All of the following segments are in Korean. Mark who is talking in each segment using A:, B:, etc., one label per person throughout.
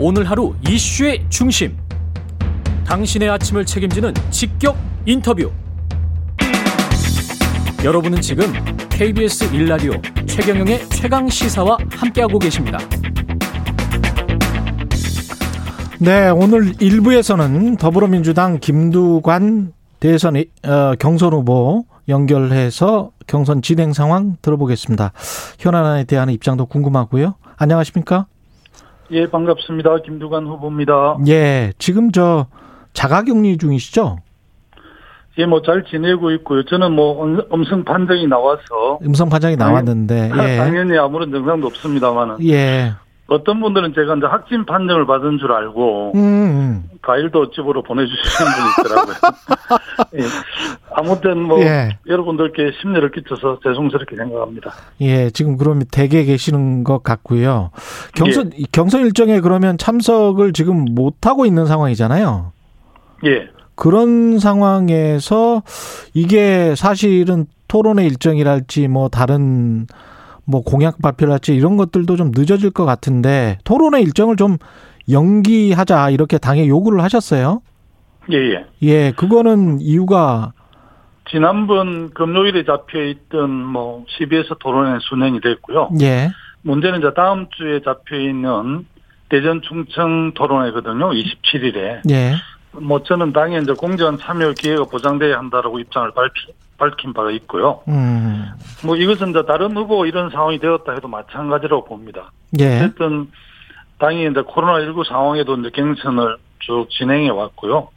A: 오늘 하루 이슈의 중심. 당신의 아침을 책임지는 직격 인터뷰. 여러분은 지금 KBS 1라디오 최경영의 최강 시사와 함께하고 계십니다.
B: 네, 오늘 1부에서는 더불어민주당 김두관 대선 어, 경선 후보 연결해서 경선 진행 상황 들어보겠습니다. 현안에 대한 입장도 궁금하고요. 안녕하십니까?
C: 예, 반갑습니다. 김두관 후보입니다.
B: 예, 지금 저 자가격리 중이시죠?
C: 예, 뭐 잘 지내고 있고요. 저는 뭐 음- 음성 판정이 나와서
B: 음성 판정이 나왔는데 예,
C: 당연히 아무런 증상도 없습니다만은
B: 예,
C: 어떤 분들은 제가 이제 확진 판정을 받은 줄 알고
B: 음, 음,
C: 과일도 집으로 보내주시는 분이 있더라고요. 예. 아무튼 뭐
B: 예.
C: 여러분들께 심려를 끼쳐서 죄송스럽게 생각합니다.
B: 예, 지금 그럼 대개 계시는 것 같고요. 경선
C: 예.
B: 경선 일정에 그러면 참석을 지금 못 하고 있는 상황이잖아요.
C: 예,
B: 그런 상황에서 이게 사실은 토론의 일정이랄지 뭐 다른 뭐 공약 발표랄지 이런 것들도 좀 늦어질 것 같은데 토론의 일정을 좀 연기하자 이렇게 당에 요구를 하셨어요.
C: 예, 예.
B: 예, 그거는 이유가
C: 지난번 금요일에 잡혀 있던 뭐 CBS 토론회 순행이 됐고요.
B: 예,
C: 문제는 이제 다음 주에 잡혀 있는 대전 충청 토론회거든요. 27일에.
B: 예,
C: 뭐 저는 당에 이제 공정 참여 기회가 보장돼야 한다라고 입장을 밝히, 밝힌 바가 있고요.
B: 음,
C: 뭐 이것은 이제 다른 후보 이런 상황이 되었다 해도 마찬가지라고 봅니다.
B: 예,
C: 어쨌든 당이 이제 코로나19 상황에도 이제 경선을 쭉 진행해 왔고요.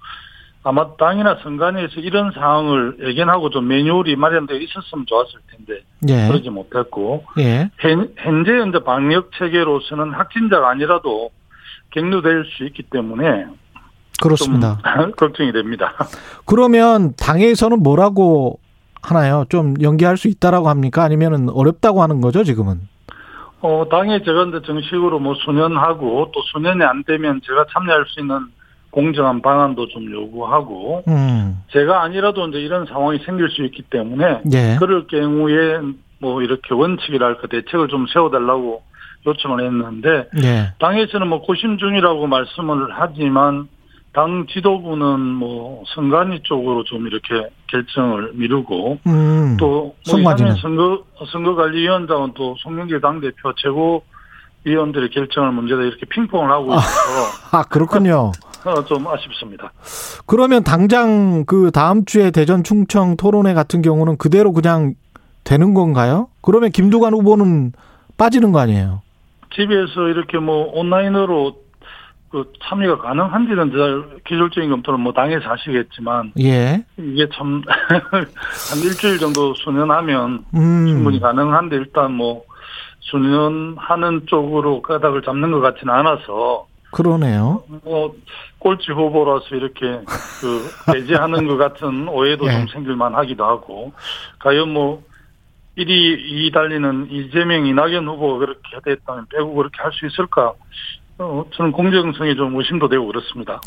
C: 아마 당이나 선관위에서 이런 상황을 예견하고 좀 매뉴얼이 마련되어 있었으면 좋았을 텐데
B: 예,
C: 그러지 못했고
B: 예,
C: 현- 현재 현재 방역 체계로서는 확진자가 아니라도 격리될 수 있기 때문에
B: 그렇습니다.
C: 좀 걱정이 됩니다.
B: 그러면 당에서는 뭐라고 하나요? 좀 연기할 수 있다라고 합니까? 아니면은 어렵다고 하는 거죠 지금은?
C: 어, 당에 제가 이제 정식으로 뭐 수년하고 또 수년이 안 되면 제가 참여할 수 있는 공정한 방안도 좀 요구하고
B: 음,
C: 제가 아니라도 이제 이런 상황이 생길 수 있기 때문에
B: 예.
C: 그럴 경우에 뭐 이렇게 원칙이랄까 대책을 좀 세워달라고 요청을 했는데
B: 예.
C: 당에서는 뭐 고심 중이라고 말씀을 하지만 당 지도부는 뭐 선관위 쪽으로 좀 이렇게 결정을 미루고
B: 음.
C: 또뭐
B: 선관위는?
C: 이상민 선거 선거관리위원장은 또 송영길 당 대표 최고 위원들의 결정을 문제다 이렇게 핑퐁을 하고 있어서
B: 아, 그렇군요.
C: 어, 좀 아쉽습니다.
B: 그러면 당장 그 다음 주에 대전 충청 토론회 같은 경우는 그대로 그냥 되는 건가요? 그러면 김두관 후보는 빠지는 거 아니에요?
C: 집에서 이렇게 뭐 온라인으로 그 참여가 가능한지는 잘 기술적인 검토는 뭐 당에서 하시겠지만
B: 예.
C: 이게 참 한 일주일 정도 수년하면 충분히
B: 음.
C: 가능한데 일단 뭐 수년하는 쪽으로 까닥을 잡는 것 같지는 않아서
B: 그러네요.
C: 뭐 꼴찌 후보라서 이렇게 그 배제하는 것 같은 오해도
B: 예.
C: 좀 생길만 하기도 하고 과연 뭐 1위 2위 달리는 이재명 이낙연 후보가 그렇게 됐다면 빼고 그렇게 할 수 있을까 어, 저는 공정성이 좀 의심도 되고 그렇습니다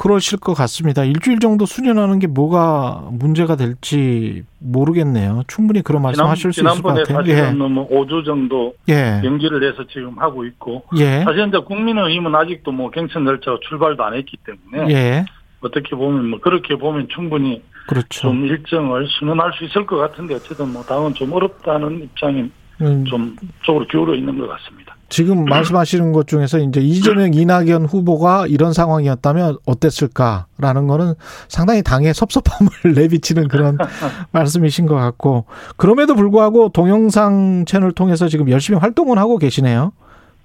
B: 그러실 것 같습니다. 일주일 정도 수련하는 게 뭐가 문제가 될지 모르겠네요. 충분히 그런 말씀하실 수 있을 것
C: 지난번에
B: 같아요.
C: 사실은
B: 예.
C: 뭐 5주 정도
B: 예.
C: 연기를 해서 지금 하고 있고
B: 예.
C: 사실은 이제 국민의힘은 아직도 뭐 경선 절차가 출발도 안 했기 때문에
B: 예.
C: 어떻게 보면 뭐 그렇게 보면 충분히
B: 그렇죠.
C: 좀 일정을 순응할 수 있을 것 같은데 어쨌든 뭐 당은 좀 어렵다는 입장이
B: 음,
C: 좀 쪽으로 기울어 있는 것 같습니다.
B: 지금 말씀하시는 것 중에서 이제 이재명 이낙연 후보가 이런 상황이었다면 어땠을까라는 거는 상당히 당의 섭섭함을 내비치는 그런 말씀이신 것 같고 그럼에도 불구하고 동영상 채널 통해서 지금 열심히 활동을 하고 계시네요.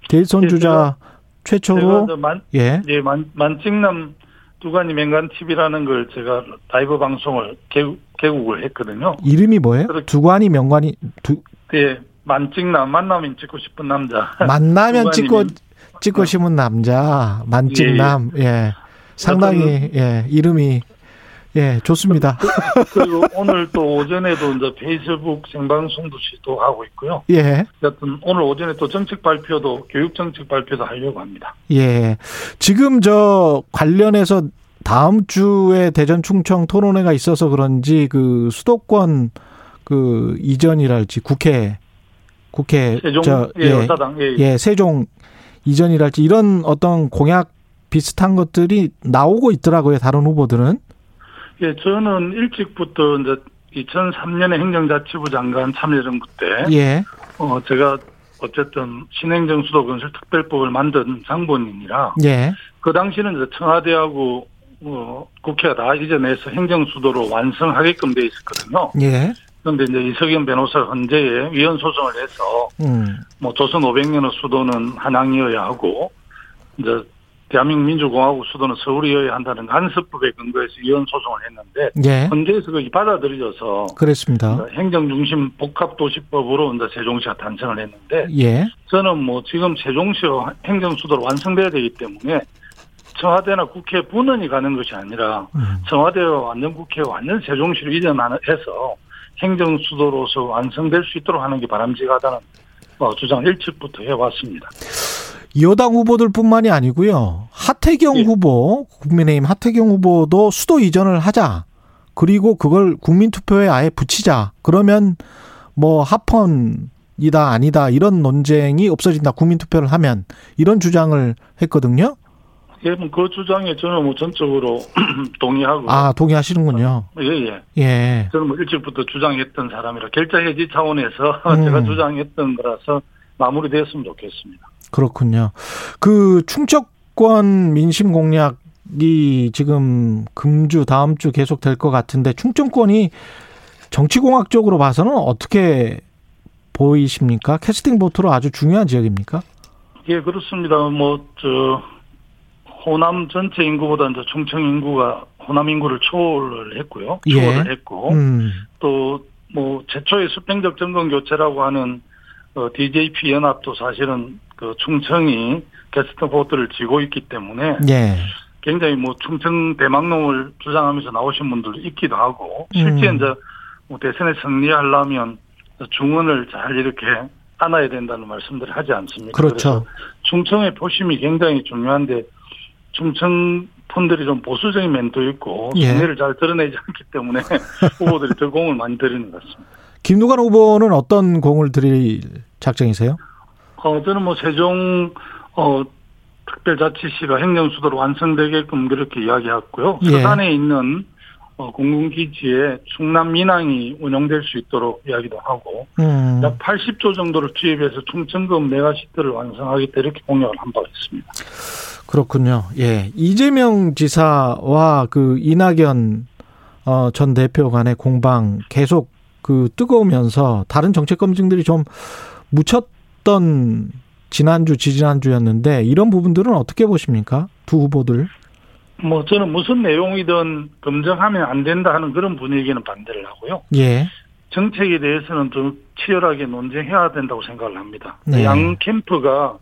B: 대선
C: 예,
B: 주자
C: 제가
B: 최초로
C: 이제 만,
B: 예.
C: 예, 만, 만찍남 두간이 맹간 TV라는 걸 제가 라이브 방송을 개국, 개국을 했거든요.
B: 이름이 뭐예요?
C: 그렇게-
B: 두관이 명관이 두
C: 예, 만찍남 만나면 찍고 싶은 남자.
B: 만나면 찍고
C: 두관이면-
B: 찍고 심은 남자 만찍남 예. 상당히 예 이름이 예 좋습니다.
C: 그리고 오늘 또 오전에도 이제 페이스북 생방송도 시도하고 있고요.
B: 예.
C: 여튼 오늘 오전에 또 정책 발표도 교육 정책 발표도 하려고 합니다.
B: 예. 지금 저 관련해서 다음 주에 대전 충청 토론회가 있어서 그런지 그 수도권 그 이전이랄지 국회 국회
C: 세종
B: 저
C: 예,
B: 예,
C: 여사당 예,
B: 예, 세종 이전이랄지 이런 어떤 공약 비슷한 것들이 나오고 있더라고요. 다른 후보들은.
C: 예, 저는 일찍부터 이제 2003년에 행정자치부 장관 참여정부 때,
B: 예.
C: 어, 제가 어쨌든 신행정 수도 건설 특별법을 만든 장본인이라,
B: 예.
C: 그 당시는 이제 청와대하고 어, 국회가 다 이전해서 행정 수도로 완성하게끔 돼 있었거든요.
B: 예.
C: 그런데 이제 이석영 변호사 헌재에 위헌 소송을 해서
B: 음.
C: 뭐 조선 500년의 수도는 한양이어야 하고 이제 대한민국 민주공화국 수도는 서울이어야 한다는 간섭법에 근거해서 위헌 소송을 했는데
B: 예.
C: 헌재에서 그게 받아들여져서
B: 그랬습니다.
C: 행정 중심 복합 도시법으로 이제 세종시가 탄생을 했는데
B: 예.
C: 저는 뭐 지금 세종시와 행정 수도로 완성돼야 되기 때문에 청와대나 국회 분원이 가는 것이 아니라
B: 음.
C: 청와대와 완전 국회 완전 세종시로 이전해서 행정 수도로서 완성될 수 있도록 하는 게 바람직하다는 어, 주장 일찍부터 해왔습니다.
B: 여당 후보들뿐만이 아니고요. 하태경
C: 예.
B: 후보, 국민의힘 하태경 후보도 수도 이전을 하자. 그리고 그걸 국민투표에 아예 붙이자. 그러면 뭐 합헌이다 아니다 이런 논쟁이 없어진다. 국민투표를 하면 이런 주장을 했거든요.
C: 예, 뭐그 주장에 저는 뭐 전적으로 동의하고
B: 아 동의하시는군요.
C: 예, 예.
B: 예.
C: 저는 뭐 일찍부터 주장했던 사람이라 결자 해지 차원에서
B: 음.
C: 제가 주장했던 거라서 마무리되었으면 좋겠습니다.
B: 그렇군요. 그 충청권 민심 공약이 지금 금주 다음 주 계속 될 것 같은데 충청권이 정치공학적으로 봐서는 어떻게 보이십니까? 캐스팅 보트로 아주 중요한 지역입니까?
C: 예, 그렇습니다. 뭐, 저, 호남 전체 인구보다 이제 충청 인구가 호남 인구를 초월을 했고요.
B: 예.
C: 초월을 했고,
B: 음.
C: 또, 뭐, 최초의 수평적 정권 교체라고 하는, 어, DJP 연합도 사실은 그 충청이 게스트 보트를 지고 있기 때문에
B: 예.
C: 굉장히 뭐 충청 대망론을 주장하면서 나오신 분들도 있기도 하고, 실제
B: 음.
C: 이제 뭐 대선에 승리하려면 중원을 잘 이렇게 안아야 된다는 말씀들을 하지 않습니까? 그래서
B: 그렇죠.
C: 충청의 표심이 굉장히 중요한데 충청 펀들이 좀 보수적인 면도 있고
B: 예.
C: 손해를 잘 드러내지 않기 때문에 후보들이 더 공을 많이 들이는 것 같습니다.
B: 김두관 후보는 어떤 공을 들일 작정이세요?
C: 어, 저는 뭐 세종 어, 특별자치시가 행정수도로 완성되게끔 그렇게 이야기했고요.
B: 예.
C: 서산에 있는 어, 공군기지에 충남 민항이 운영될 수 있도록 이야기도 하고
B: 음.
C: 약 80조 정도를 투입해서 충청금 메가시트를 완성하겠다 이렇게 공약을 한 바 있습니다.
B: 그렇군요. 예. 이재명 지사와 그 이낙연 어, 전 대표 간의 공방 계속 그 뜨거우면서 다른 정책 검증들이 좀 묻혔던 지난주, 지지난주였는데 이런 부분들은 어떻게 보십니까? 두 후보들.
C: 뭐 저는 무슨 내용이든 검증하면 안 된다 하는 그런 분위기는 반대를 하고요.
B: 예.
C: 정책에 대해서는 좀 치열하게 논쟁해야 된다고 생각을 합니다.
B: 네.
C: 양 캠프가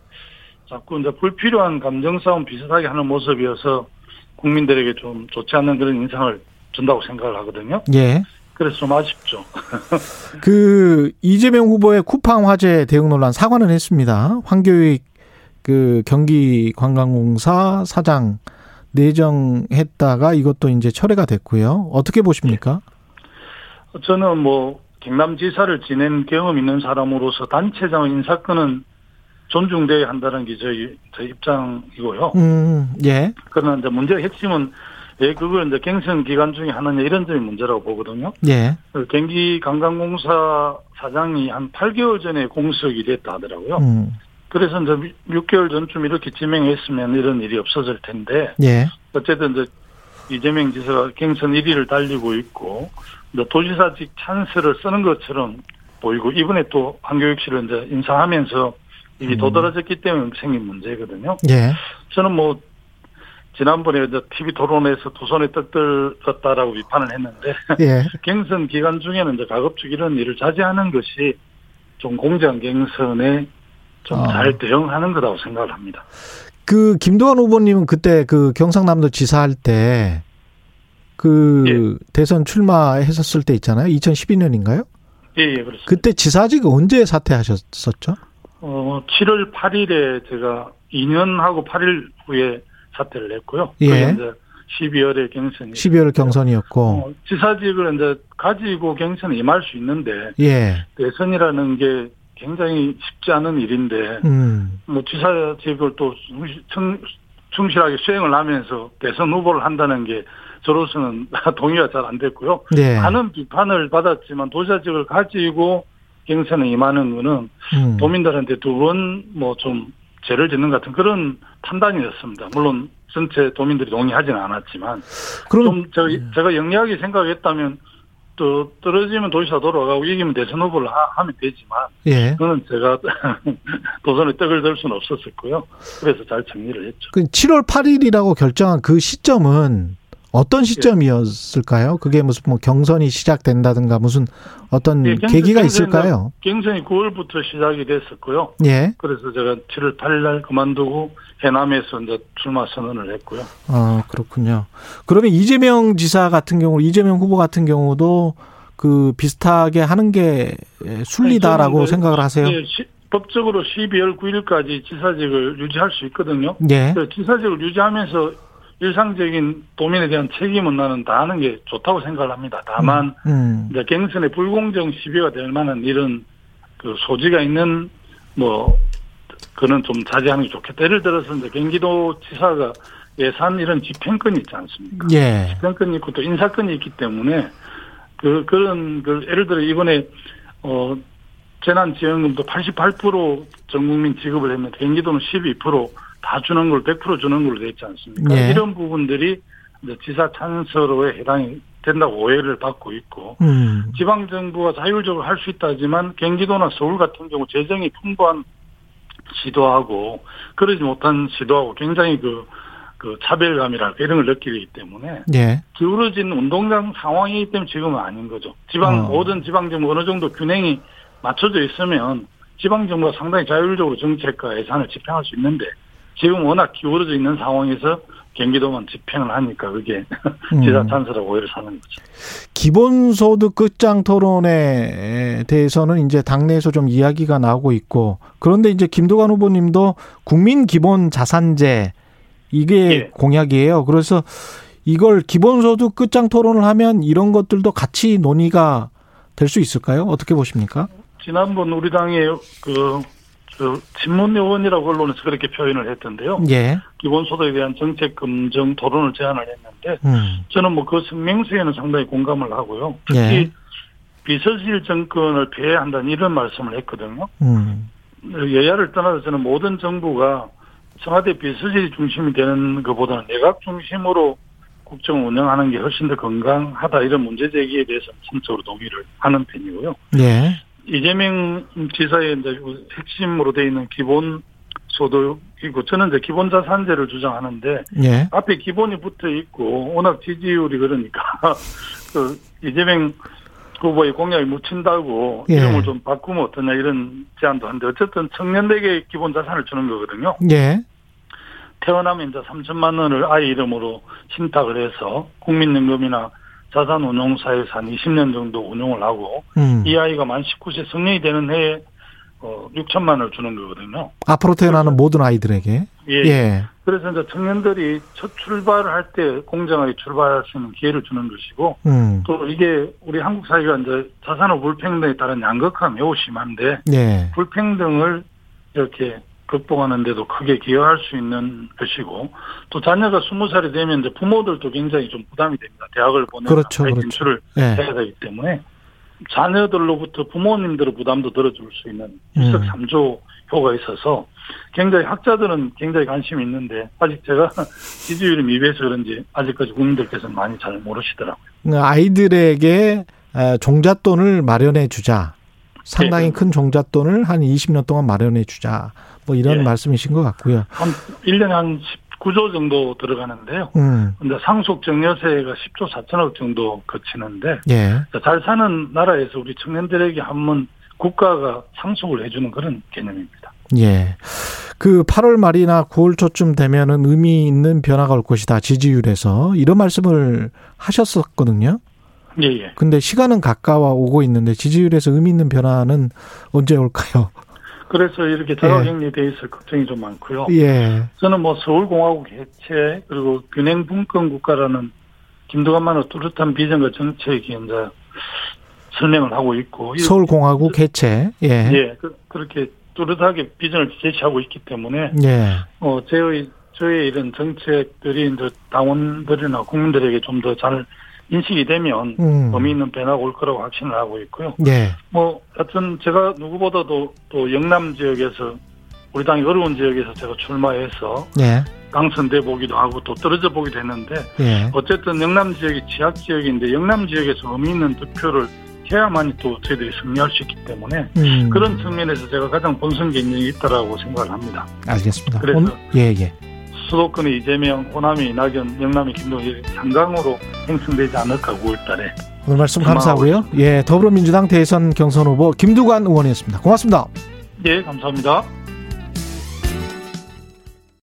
C: 자꾸 이제 불필요한 감정 싸움 비슷하게 하는 모습이어서 국민들에게 좀 좋지 않는 그런 인상을 준다고 생각을 하거든요.
B: 예.
C: 그래서 좀 아쉽죠.
B: 그 이재명 후보의 쿠팡 화재 대응 논란 사과는 했습니다. 황교익 그 경기관광공사 사장 내정했다가 이것도 이제 철회가 됐고요. 어떻게 보십니까?
C: 저는 뭐 경남지사를 지낸 경험 있는 사람으로서 단체장 인사권은 존중돼야 한다는 게 저희 제 입장이고요.
B: 음, 예,
C: 그러나 이제 문제의 핵심은 왜 그걸 이제 갱선 기간 중에 하느냐 이런 점이 문제라고 보거든요.
B: 예,
C: 그 경기 관광공사 사장이 한 8개월 전에 공석이 됐다 하더라고요.
B: 음,
C: 그래서 이제 6개월 전쯤 이렇게 지명했으면 이런 일이 없어질 텐데
B: 예,
C: 어쨌든 이제 이재명 지사가 경선 1위를 달리고 있고 이제 도지사직 찬스를 쓰는 것처럼 보이고 이번에 또 한교육 씨를 이제 인사하면서 이게 도드라졌기 때문에 생긴 문제거든요.
B: 예,
C: 저는 뭐 지난번에 이제 TV 토론에서 두 손에 떡 들었다라고 비판을 했는데
B: 예,
C: 갱선 기간 중에는 이제 가급적 이런 일을 자제하는 것이 좀 공정 갱선에 좀
B: 아.
C: 잘 대응하는 거라고 생각을 합니다.
B: 그 김도환 후보님은 그때 그 경상남도 지사할 때 그 대선 출마했었을 때 있잖아요. 2012년인가요?
C: 예, 예, 그렇습니다.
B: 그때 지사직 언제 사퇴하셨었죠?
C: 어, 7월 8일에 제가 2년하고 8일 후에 사퇴를 했고요.
B: 예.
C: 그게 이제 12월에 경선이.
B: 12월 경선이었고,
C: 어, 지사직을 이제 가지고 경선에 임할 수 있는데
B: 예,
C: 대선이라는 게 굉장히 쉽지 않은 일인데
B: 음.
C: 뭐 지사 재직을 또 충- 충실하게 수행을 하면서 대선 후보를 한다는 게 저로서는 동의가 잘 안 됐고요.
B: 네.
C: 많은 비판을 받았지만 도시사직을 가지고 경선에 임하는 거는
B: 음.
C: 도민들한테 두 번 뭐 좀 죄를 짓는 같은 그런 판단이었습니다. 물론 전체 도민들이 동의하지는 않았지만
B: 그럼 네.
C: 좀 저, 제가 영리하게 생각했다면 또 떨어지면 도시사 돌아가고 이기면 대선 후보를 하, 하면 되지만
B: 예.
C: 그거는 제가 도선에 떡을 들 수는 없었었고요. 그래서 잘 정리를 했죠.
B: 그 7월 8일이라고 결정한 그 시점은
C: 예.
B: 어떤 시점이었을까요? 그게 무슨 뭐 경선이 시작된다든가 무슨 어떤
C: 예, 경선-
B: 계기가
C: 경선이나-
B: 있을까요?
C: 경선이 9월부터 시작이 됐었고요.
B: 예.
C: 그래서 제가 7월 8일 날 그만두고 해남에서 이제 출마 선언을 했고요.
B: 아, 그렇군요. 그러면 이재명 지사 같은 경우, 이재명 후보 같은 경우도 그 비슷하게 하는 게 순리다라고
C: 아니, 네, 저는
B: 생각을 하세요?
C: 예, 시- 법적으로 12월 9일까지 지사직을 유지할 수 있거든요.
B: 예.
C: 그래서 지사직을 유지하면서 일상적인 도민에 대한 책임은 나는 다 하는 게 좋다고 생각을 합니다. 다만
B: 음.
C: 이제 갱선의 불공정 시비가 될 만한 이런 그 소지가 있는 뭐 그는 좀 자제하는 게 좋겠다. 예를 들어서 이제 경기도 지사가 예산 이런 집행권이 있지 않습니까?
B: 예.
C: 사건이 있고 또 인사건이 있기 때문에 그 그런 그 예를 들어 이번에 어 재난지원금도 88% 전국민 지급을 했는데 경기도는 12%다 주는 걸 100% 주는 걸로 돼 있지 않습니까?
B: 예.
C: 이런 부분들이 이제 지사 찬서로에 해당이 된다고 오해를 받고 있고
B: 음.
C: 지방 정부가 자율적으로 할 수 있다지만 경기도나 서울 같은 경우 재정이 풍부한 시도하고 그러지 못한 시도하고 굉장히 그, 그 차별감이랄까 이런 걸 느끼기 때문에
B: 예.
C: 기울어진 운동장 상황이기 때문에 지금은 아닌 거죠. 지방
B: 어.
C: 모든 지방 정부 어느 정도 균형이 맞춰져 있으면 지방 정부가 상당히 자율적으로 정책과 예산을 집행할 수 있는데 지금 워낙 기울어져 있는 상황에서 경기도만 집행을 하니까 그게
B: 음.
C: 지사 찬스라고 오해를 사는 거죠.
B: 기본소득 끝장 토론에 대해서는 이제 당내에서 좀 이야기가 나오고 있고 그런데 이제 김도관 후보님도 국민 기본 자산제 이게
C: 예.
B: 공약이에요. 그래서 이걸 기본소득 끝장 토론을 하면 이런 것들도 같이 논의가 될 수 있을까요? 어떻게 보십니까?
C: 지난번 우리 당의 그, 그 친문 요원이라고 언론에서 그렇게 표현을 했던데요.
B: 예.
C: 기본소득에 대한 정책 검증 토론을 제안을 했는데
B: 음.
C: 저는 뭐 그 성명서에는 상당히 공감을 하고요.
B: 예.
C: 특히 비서실 정권을 폐해한다는 이런 말씀을 했거든요.
B: 음.
C: 여야를 떠나서 저는 모든 정부가 청와대 비서실이 중심이 되는 것보다는 내각 중심으로 국정 운영하는 게 훨씬 더 건강하다 이런 문제 제기에 대해서 참적으로 동의를 하는 편이고요.
B: 예.
C: 이재명 지사의 이제 그 핵심으로 돼 있는 기본 소득이고 저는 이제 기본 자산제를 주장하는데
B: 예.
C: 앞에 기본이 붙어 있고 워낙 지지율이 그러니까 그 이재명 후보의 공약이 묻힌다고
B: 예.
C: 이름을 좀 바꾸면 어떠냐 이런 제안도 하는데 어쨌든 청년에게 기본 자산을 주는 거거든요.
B: 예.
C: 태어나면 이제 3천만 원을 아이 이름으로 신탁을 해서 국민연금이나 자산운용사에서 한 20년 정도 운용을 하고
B: 음.
C: 이 아이가 만 19세 성년이 되는 해에 어 6천만 원을 주는 거거든요.
B: 앞으로 태어나는 모든 아이들에게.
C: 예.
B: 예.
C: 그래서 이제 청년들이 첫 출발을 할 때 공정하게 출발할 수 있는 기회를 주는 것이고
B: 음.
C: 또 이게 우리 한국 사회가 이제 자산의 불평등에 따른 양극화가 매우 심한데
B: 예.
C: 불평등을 이렇게 극복하는데도 크게 기여할 수 있는 것이고 또 자녀가 스무 살이 되면 이제 부모들도 굉장히 좀 부담이 됩니다. 대학을 보내는
B: 그렇죠, 그렇죠.
C: 진출을
B: 예.
C: 해야 되기 때문에 자녀들로부터 부모님들의 부담도 덜어줄 수 있는
B: 음.
C: 일석삼조 효과가 있어서 굉장히 학자들은 굉장히 관심이 있는데 아직 제가 지지율이 미비해서 그런지 아직까지 국민들께서는 많이 잘 모르시더라고요.
B: 아이들에게 에, 종잣돈을 마련해 주자. 상당히
C: 예.
B: 큰 종잣돈을 한 20년 동안 마련해 주자. 뭐 이런
C: 예.
B: 말씀이신 것 같고요.
C: 한 1년에 한 19조 정도 들어가는데요.
B: 음.
C: 근데 상속 증여세가 10조 4천억 정도 거치는데
B: 예.
C: 잘 사는 나라에서 우리 청년들에게 한번 국가가 상속을 해주는 그런 개념입니다.
B: 예. 그 8월 말이나 9월 초쯤 되면은 의미 있는 변화가 올 것이다. 지지율에서. 이런 말씀을 하셨었거든요.
C: 예, 예.
B: 근데 시간은 가까워 오고 있는데 지지율에서 의미 있는 변화는 언제 올까요?
C: 그래서 이렇게
B: 예.
C: 자가격리돼 있을 걱정이 좀 많고요.
B: 예.
C: 저는 뭐 서울공화국 해체 그리고 균형 분권 국가라는 김두관만의 뚜렷한 비전과 정책이 이제 설명을 하고 있고
B: 서울공화국 해체. 예.
C: 예 그, 그렇게 뚜렷하게 비전을 제시하고 있기 때문에
B: 예.
C: 어, 저의, 저의 이런 정책들이 이제 당원들이나 국민들에게 좀 더 잘 인식이 되면
B: 음.
C: 의미 있는 변화가 올 거라고 확신을 하고 있고요.
B: 예.
C: 뭐, 하여튼 제가 누구보다도 또 영남 지역에서 우리 당이 어려운 지역에서 제가 출마해서
B: 예.
C: 당선돼 보기도 하고 또 떨어져 보기도 했는데
B: 예.
C: 어쨌든 영남 지역이 지학 지역인데 영남 지역에서 의미 있는 득표를 해야만이 또 저희들이 승리할 수 있기 때문에
B: 음.
C: 그런 측면에서 제가 가장 본선 경쟁이 있다라고 생각을 합니다.
B: 알겠습니다.
C: 그래서-
B: 오늘- 예, 예.
C: 수도권의 이재명, 호남의 이낙연, 영남의 김동일 상강으로 행승되지 않을까 9월달에.
B: 오늘 말씀
C: 고마워요.
B: 감사하고요. 예, 더불어민주당 대선 경선 후보 김두관 의원이었습니다. 고맙습니다.
C: 예, 감사합니다.